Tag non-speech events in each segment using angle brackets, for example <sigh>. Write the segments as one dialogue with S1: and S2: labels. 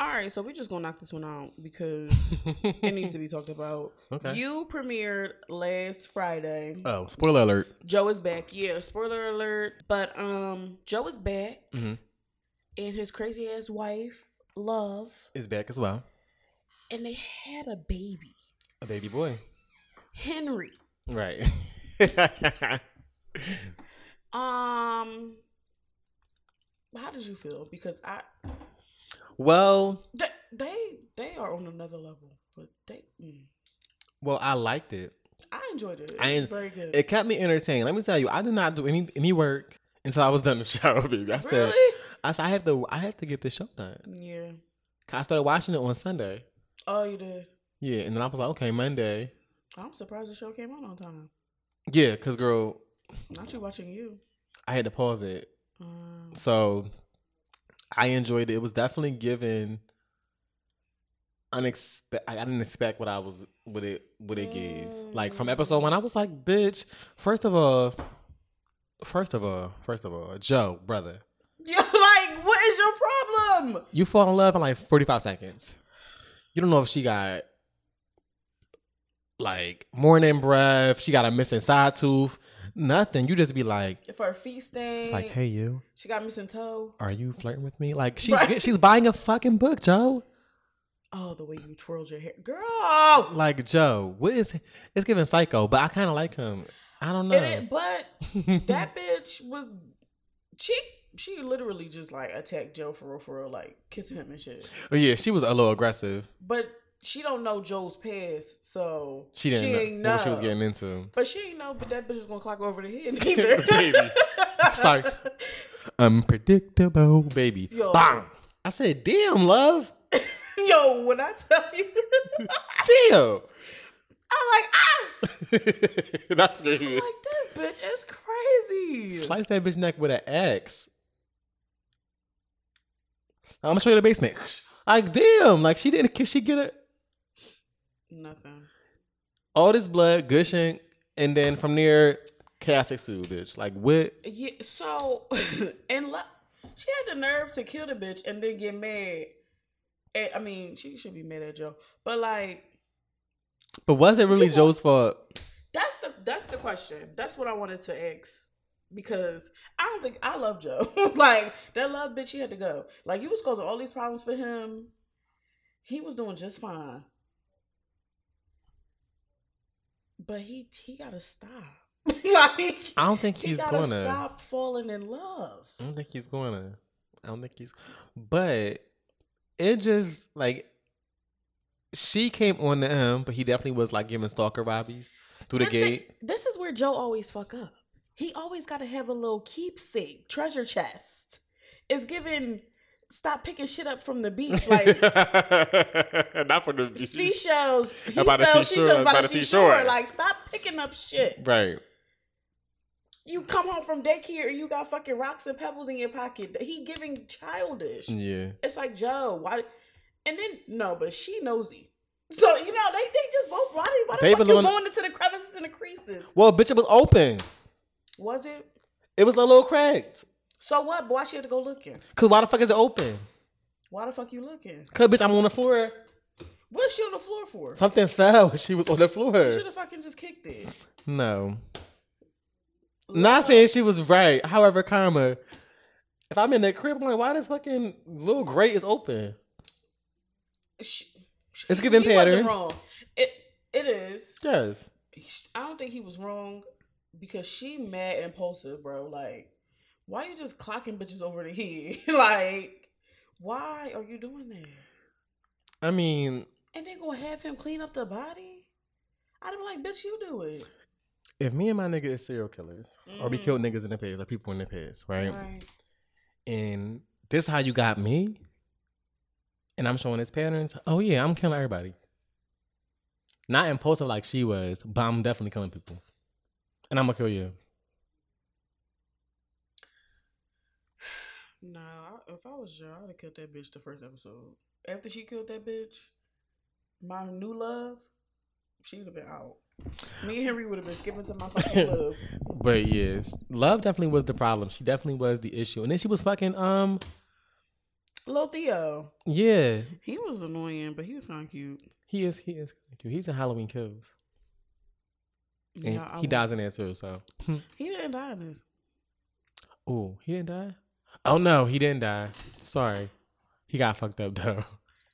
S1: All right, so we're just gonna knock this one out because
S2: <laughs>
S1: it needs to be talked about.
S2: Okay.
S1: You premiered last Friday.
S2: oh, spoiler alert.
S1: Joe is back. Yeah, spoiler alert. But um, Joe is back,
S2: Mhm.
S1: and his crazy ass wife, Love,
S2: Is back as well.
S1: and they had a baby,
S2: A baby boy.
S1: Henry.
S2: <laughs> Right.
S1: Um, how did you feel? Because I,
S2: well,
S1: they, they, they are on another level, but they, mm,
S2: well, I liked it.
S1: I enjoyed it. It
S2: I
S1: was
S2: en-
S1: very good.
S2: It kept me entertained. Let me tell you, I did not do any any work until I was done the <laughs> show, baby. I said,
S1: really?
S2: I said, I have to, I have to get this show done.
S1: Yeah.
S2: 'Cause I started watching it on Sunday.
S1: Oh, you did.
S2: Yeah, and then I was like, okay, Monday.
S1: I'm surprised the show came out on time.
S2: Yeah, cause girl,
S1: Not you watching you.
S2: I had to pause it.
S1: <laughs> Um,
S2: So I enjoyed it. It was definitely given unexpect. I I didn't expect what I was what it what it gave. Like from episode one, I was like, "Bitch!" First of all, first of all, first of all, Joe, brother,
S1: you're like, what is your problem?
S2: you fall in love in like forty five seconds. You don't know if she got like morning breath. She got a missing side tooth. Nothing. You just be like,
S1: If her feet stain,
S2: it's like, hey, you.
S1: she got missing toe.
S2: are you flirting with me? Like she's
S1: Right.
S2: she's buying a fucking book, Joe.
S1: Oh, the way you twirled your hair, girl.
S2: Like Joe, what is it's giving psycho, but I kind of like him. I don't know.
S1: It is- but <laughs> that bitch was she. She literally just like attacked Joe for real, for real, like kissing him and shit.
S2: <laughs> oh yeah, she was a little aggressive.
S1: But she don't know Joe's past, so
S2: She didn't
S1: ain't
S2: know, what she was getting into.
S1: But she ain't know. But that bitch was gonna clock her over the
S2: <laughs>
S1: head
S2: Baby.
S1: <laughs> either.
S2: Sorry. Unpredictable, baby.
S1: Yo.
S2: Bang. I said, damn, love.
S1: Yo, when I tell you,
S2: Damn.
S1: I'm like,
S2: <laughs>
S1: ah,
S2: That's me.
S1: like this bitch is crazy.
S2: Slice that bitch neck with an axe. I'm gonna show you the basement. <laughs> Like, damn. Like she didn't. Can she get it?
S1: Nothing.
S2: all this blood gushing, and then from there, chaos ensued, bitch. Like what?
S1: Yeah. So, <laughs> and lo- she had the nerve to kill the bitch and then get mad. At, I mean, she should be mad at Joe, but like,
S2: But was it really
S1: You-
S2: Joe's fault?
S1: that's the that's the question. That's what I wanted to ask because I don't think I love Joe. <laughs> like that love bitch, he had to go. Like you was causing all these problems for him. He was doing just fine, but he he gotta stop. <laughs> like
S2: I don't think
S1: he
S2: he's
S1: gotta
S2: gonna. Mm,
S1: stop falling in love.
S2: I don't think he's gonna. I don't think he's. But it just like she came on to him, but he definitely was like giving stalker vibes through the
S1: But thi-
S2: gate.
S1: This is where Joe always fuck up. He always got to have a little keepsake treasure chest. It's given. Stop picking shit up from the beach, like
S2: <laughs> Not for the
S1: seashells. He
S2: <laughs> About the
S1: sells
S2: seashore,
S1: seashells by
S2: about
S1: the
S2: the
S1: seashore.
S2: seashore.
S1: Like, stop picking up shit.
S2: Right.
S1: You come home from daycare and you got fucking rocks and pebbles in your pocket. He giving childish.
S2: Yeah.
S1: It's like Joe, why? And then no, but she nosy. So you know they they just both why did why
S2: They
S1: the fuck
S2: belong-
S1: you going into the crevices and the creases?
S2: Well, bitch, it was open.
S1: Was it?
S2: It was a little cracked.
S1: So what? But why she had to go looking?
S2: Cause why the fuck is it open?
S1: Why the fuck you looking?
S2: Cause bitch, I'm on the floor.
S1: What's she on the floor for?
S2: Something fell. <laughs> when She was on the
S1: She
S2: floor.
S1: should have fucking just kicked it.
S2: No. Not saying she was right. However, comma. If I'm in the crib, I'm like, why this fucking little grate is open?
S1: She, she-
S2: It's giving
S1: he wasn't
S2: patterns.
S1: Wrong. It it is.
S2: Yes.
S1: I don't think he was wrong because she mad impulsive, bro. Like, why you just clocking bitches over the head? <laughs> like, why are you doing that?
S2: I mean,
S1: And they gonna have him clean up the body? I'd be like, bitch, you do it.
S2: if me and my nigga is serial killers, or we
S1: Mhm.
S2: killed niggas in the past, or people in the past, right?
S1: Right.
S2: And this how you got me, and I'm showing his patterns. Oh yeah, I'm killing everybody. Not impulsive like she was, but I'm definitely killing people, and I'm gonna kill you.
S1: Nah, I- if I was you, I'd have killed that bitch the first episode. After she killed that bitch, my new love, she would have been out. Me and Henry would have been skipping to my
S2: <laughs>
S1: fucking love.
S2: But yes, love definitely was the problem. She definitely was the issue, and then she was fucking um
S1: Lil Theo.
S2: Yeah,
S1: He was annoying, but he was kind of cute.
S2: he is. He is. Thank you. He's in Halloween Kills, and
S1: Yeah, I
S2: he
S1: would-
S2: dies in there too. So,
S1: He didn't die in this.
S2: ooh, he didn't die. Oh no, he didn't die. Sorry, he got fucked up though.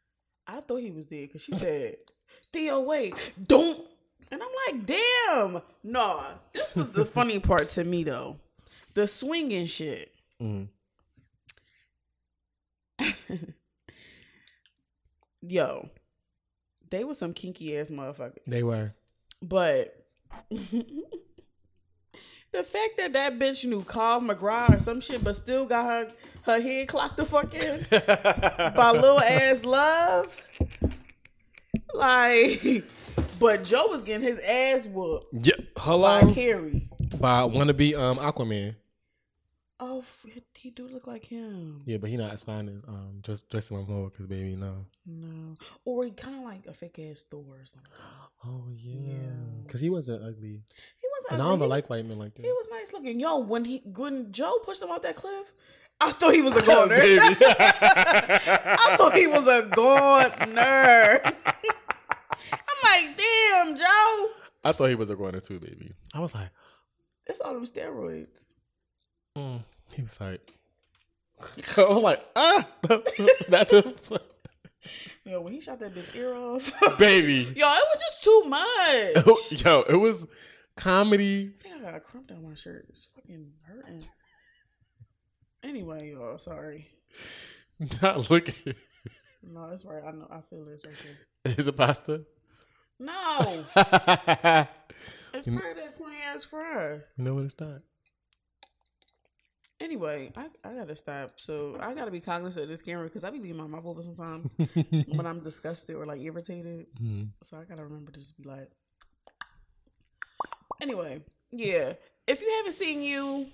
S2: <laughs>
S1: I thought he was dead because she said, Theo, wait, don't. And I'm like, damn. Nah. This was the funny part to me, though. The swinging shit.
S2: Mm.
S1: Yo, they were some kinky ass motherfuckers.
S2: They <laughs> were.
S1: But <laughs> the fact that that bitch knew Carl McGraw or some shit, but still got her her head clocked the fuck in by little ass love. Like, <laughs> but Joe was getting his ass whooped
S2: Yeah. Hello.
S1: by Carrie.
S2: By wannabe um Aquaman.
S1: Oh, f- he do look like him.
S2: Yeah, but he not as fine as um just Jason Momoa because baby no.
S1: No, or he kind of like a fake ass Thor or something.
S2: Oh yeah,
S1: Yeah.
S2: because he wasn't
S1: He
S2: ugly,
S1: was.
S2: and I
S1: ugly.
S2: don't even
S1: He was-
S2: like white men like that.
S1: He was nice looking. Yo, when he when Joe pushed him off that cliff, I thought he
S2: <laughs>
S1: was a
S2: Oh,
S1: goner. <laughs> I thought he was a goner. <laughs> I'm like, damn, Joe.
S2: I thought he was a goner too, baby. I was like,
S1: That's all them steroids.
S2: mm. he was like, <laughs> I was like, ah, <laughs> that's a
S1: Yo, when he shot that bitch ear off.
S2: baby.
S1: <laughs> Yo, it was just too much.
S2: <laughs> Yo, it was comedy.
S1: I think I got a crump down my shirt. It's fucking hurting. Anyway, y'all, sorry.
S2: Not looking. <laughs>
S1: No, it's right. I know. I feel this right there.
S2: Is it pasta? <laughs>
S1: No,
S2: you
S1: it's
S2: You-
S1: part of that plain ass fry.
S2: know what it's <laughs> not.
S1: Anyway, I, I gotta stop. So I gotta be cognizant of this camera because I be being my mouth open sometimes
S2: Mm-hmm.
S1: when I'm disgusted or like irritated.
S2: Mm.
S1: So I gotta remember to just be like. Anyway, yeah. If you haven't seen you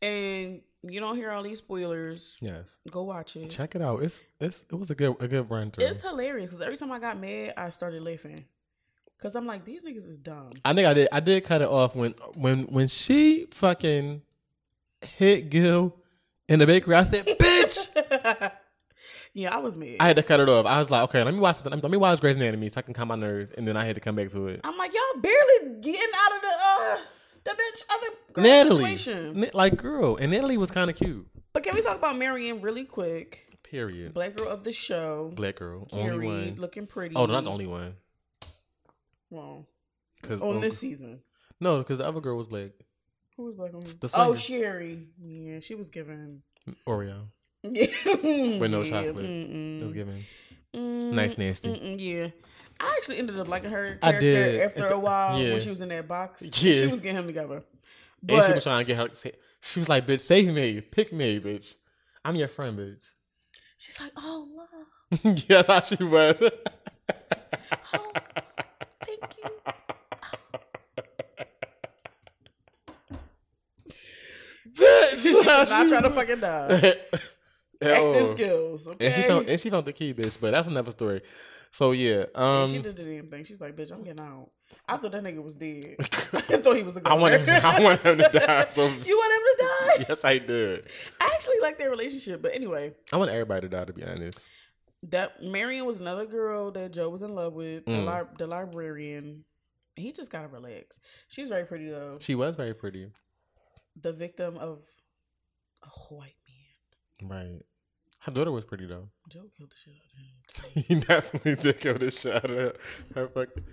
S1: and you don't hear all these spoilers,
S2: Yes.
S1: go watch it.
S2: Check it out. It's it's it was a good a good run through.
S1: Mm. It's hilarious because every time I got mad, I started laughing because I'm like, these niggas is dumb.
S2: I think I did I did cut it off when when when she fucking hit Gil in the bakery. I said, "Bitch!"
S1: <laughs> yeah, I was mad.
S2: I had to cut it off. I was like, "Okay, let me watch let me, let me watch Grey's Anatomy so I can calm my nerves." And then I had to come back to it.
S1: I'm like, y'all barely getting out of the uh the bitch other girl
S2: Natalie,
S1: situation.
S2: Ni- like girl, and Natalie was kind of cute.
S1: But can we talk about Marianne really quick?
S2: Period.
S1: Black girl of the show,
S2: Black girl, only
S1: Carrie,
S2: one.
S1: looking pretty.
S2: oh, not the only one.
S1: Well,
S2: Cause
S1: on
S2: um,
S1: this season,
S2: no, because the other girl was black.
S1: who was black on this?
S2: The
S1: Oh,
S2: swinger.
S1: Sherry. Yeah, she was given.
S2: Oreo
S1: Yeah.
S2: with no
S1: Yeah,
S2: chocolate.
S1: mm-mm.
S2: It was giving
S1: Mm,
S2: nice nasty.
S1: mm-mm, yeah. I actually ended up liking her character
S2: I did.
S1: after a while
S2: Yeah.
S1: when she was in that
S2: <laughs>
S1: box.
S2: Yeah.
S1: She was getting him together.
S2: and she was
S1: But
S2: trying to get her. sa- She was like, "Bitch, save me, pick me, bitch. I'm your friend, bitch." <laughs>
S1: she's like, oh, love.
S2: yeah, that's how she was. <laughs>
S1: Oh, thank you.
S2: bitch,
S1: She's
S2: that's how
S1: not
S2: <laughs> she
S1: trying to
S2: was.
S1: fucking
S2: <laughs>
S1: die. Acting
S2: Oh.
S1: skills, okay?
S2: And she found and she found the key, bitch. But that's another story. So yeah, um, <laughs>
S1: she did the damn thing. She's like, bitch, I'm getting out. I thought that nigga was
S2: <laughs>
S1: dead. <laughs> I thought he was a
S2: I want him,
S1: goner.
S2: I want him to die.
S1: <laughs>
S2: So
S1: You want him to
S2: <laughs>
S1: die?
S2: yes, I did.
S1: I actually like their relationship, but anyway,
S2: I want everybody to die. To be honest,
S1: that Marion was another girl that Joe was in love with, the,
S2: Mm.
S1: li- the librarian. He just gotta relax. She's very pretty though.
S2: she was very pretty.
S1: The victim of a white man.
S2: Right. Her daughter was pretty though. <laughs>
S1: Joe killed the shit out of him.
S2: he definitely did give it a shot at her. Fucking.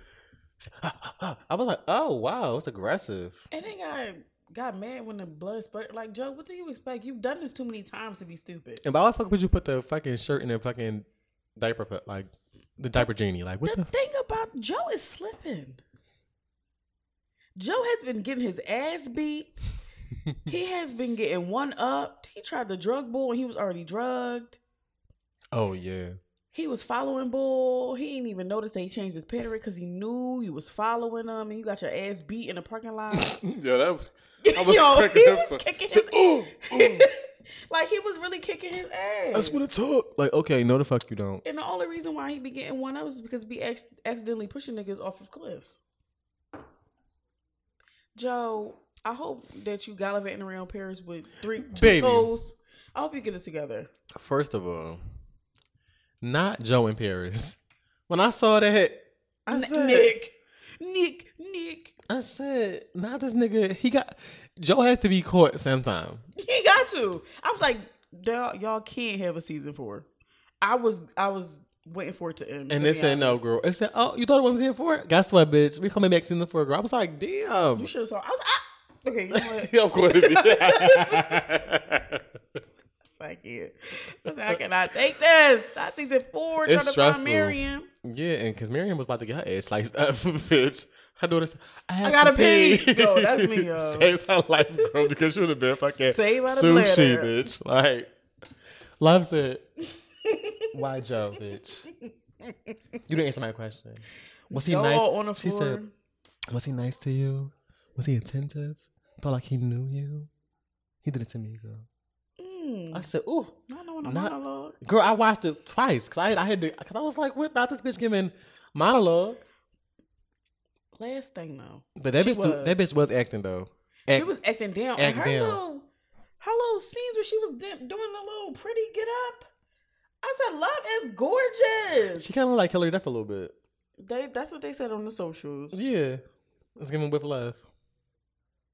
S2: I was like, oh wow, it's aggressive.
S1: And then I got mad when the blood spurted. Like, Joe, what do you expect? You've done this too many times to be stupid.
S2: And why the fuck would you put the fucking shirt in the fucking diaper, put, like the diaper genie? Like what
S1: the
S2: the?
S1: thing about Joe is slipping. Joe has been getting his ass beat. <laughs> he has been getting one upped. He tried the drug bull and he was already drugged.
S2: Oh yeah,
S1: He was following bull. He didn't even notice they changed his pattern because he knew you was following him and you got your ass beat in the parking
S2: <laughs>
S1: lot.
S2: yeah, that was.
S1: <laughs> Yo,
S2: was cracking
S1: he
S2: up
S1: was
S2: for-
S1: kicking
S2: Said,
S1: his
S2: oh, oh,
S1: <laughs> like he was really kicking his ass.
S2: I just want to talk. Like okay, no, the fuck you don't.
S1: And the only reason why he be getting one up is because he be ex- accidentally pushing niggas off of cliffs. Joe, I hope that you gallivanting around Paris with three two
S2: Baby.
S1: toes I hope you get it together.
S2: First of all, not Joe in Paris. When I saw that, I
S1: N-
S2: said,
S1: Nick, Nick, Nick.
S2: I said, not this nigga. He got Joe has to be caught sometime.
S1: He got to. I was like, y'all, y'all can't have a season four. I was, I was waiting for it to end.
S2: And
S1: to
S2: they
S1: be
S2: said no,
S1: honest.
S2: girl. It said, oh, you thought it wasn't here for it? Guess what, bitch? We coming back to the four, girl. I was like, damn.
S1: You <laughs> should have saw. I was ah. Okay, you know
S2: <laughs>
S1: what?
S2: of course.
S1: <laughs>
S2: It be.
S1: It's like it. I was like, I cannot take this. I season four.
S2: It's
S1: trying to
S2: stressful.
S1: find Marion.
S2: yeah, and because Miriam was about to get her ass sliced up, <laughs> bitch. Her daughter said, I, have
S1: gotta
S2: to pee.
S1: pee. Yo, that's
S2: <laughs>
S1: me, yo.
S2: Saved her life, girl, because she would have been fucking
S1: Saved by the
S2: sushi,
S1: bladder.
S2: bitch. Like, loves it.
S1: <laughs>
S2: Why Joe, bitch? You didn't answer my question. Was he
S1: Y'all
S2: nice?
S1: on the
S2: she
S1: floor.
S2: said, Was he nice to you? Was he attentive? Felt like he knew you? He did it to me, girl.
S1: Mm,
S2: I said, ooh.
S1: not knowing a
S2: "Uh, not-
S1: monologue.
S2: Girl, I watched it twice. Cause I, I had to, cause I was like, what about this bitch giving monologue?
S1: Last thing though,
S2: But that
S1: She
S2: bitch, do, that
S1: was.
S2: bitch was acting though.
S1: she
S2: Act-
S1: was acting down.
S2: act
S1: and her
S2: down.
S1: little, her little scenes where she was di- doing the little pretty get up. I said, love is gorgeous.
S2: she kind of like Hillary Duff a little bit.
S1: They that's what they said on the socials.
S2: Yeah, let's give him whip love.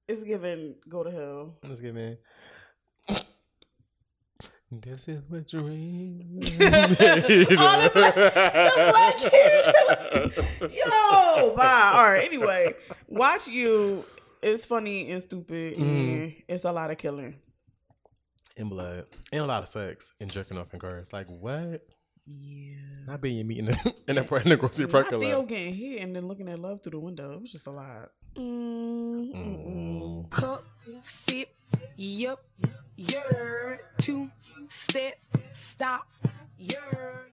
S1: It's given go to hell.
S2: Let's give him. This is what <laughs> dream.
S1: the <laughs> Yo, bye. All right. Anyway, <laughs> watch you. It's funny and stupid, and it's a lot of killing.
S2: and blood and a lot of sex and jerking off in cars. Like what?
S1: Yeah.
S2: Not being your meat <laughs> in the in the, in the grocery
S1: I
S2: parking
S1: feel
S2: lot.
S1: getting hit and then looking at love through the window. It was just a lot. Mm-hmm.
S2: Mm.
S3: cup, sip, yup, yer, two, step, stop, yer.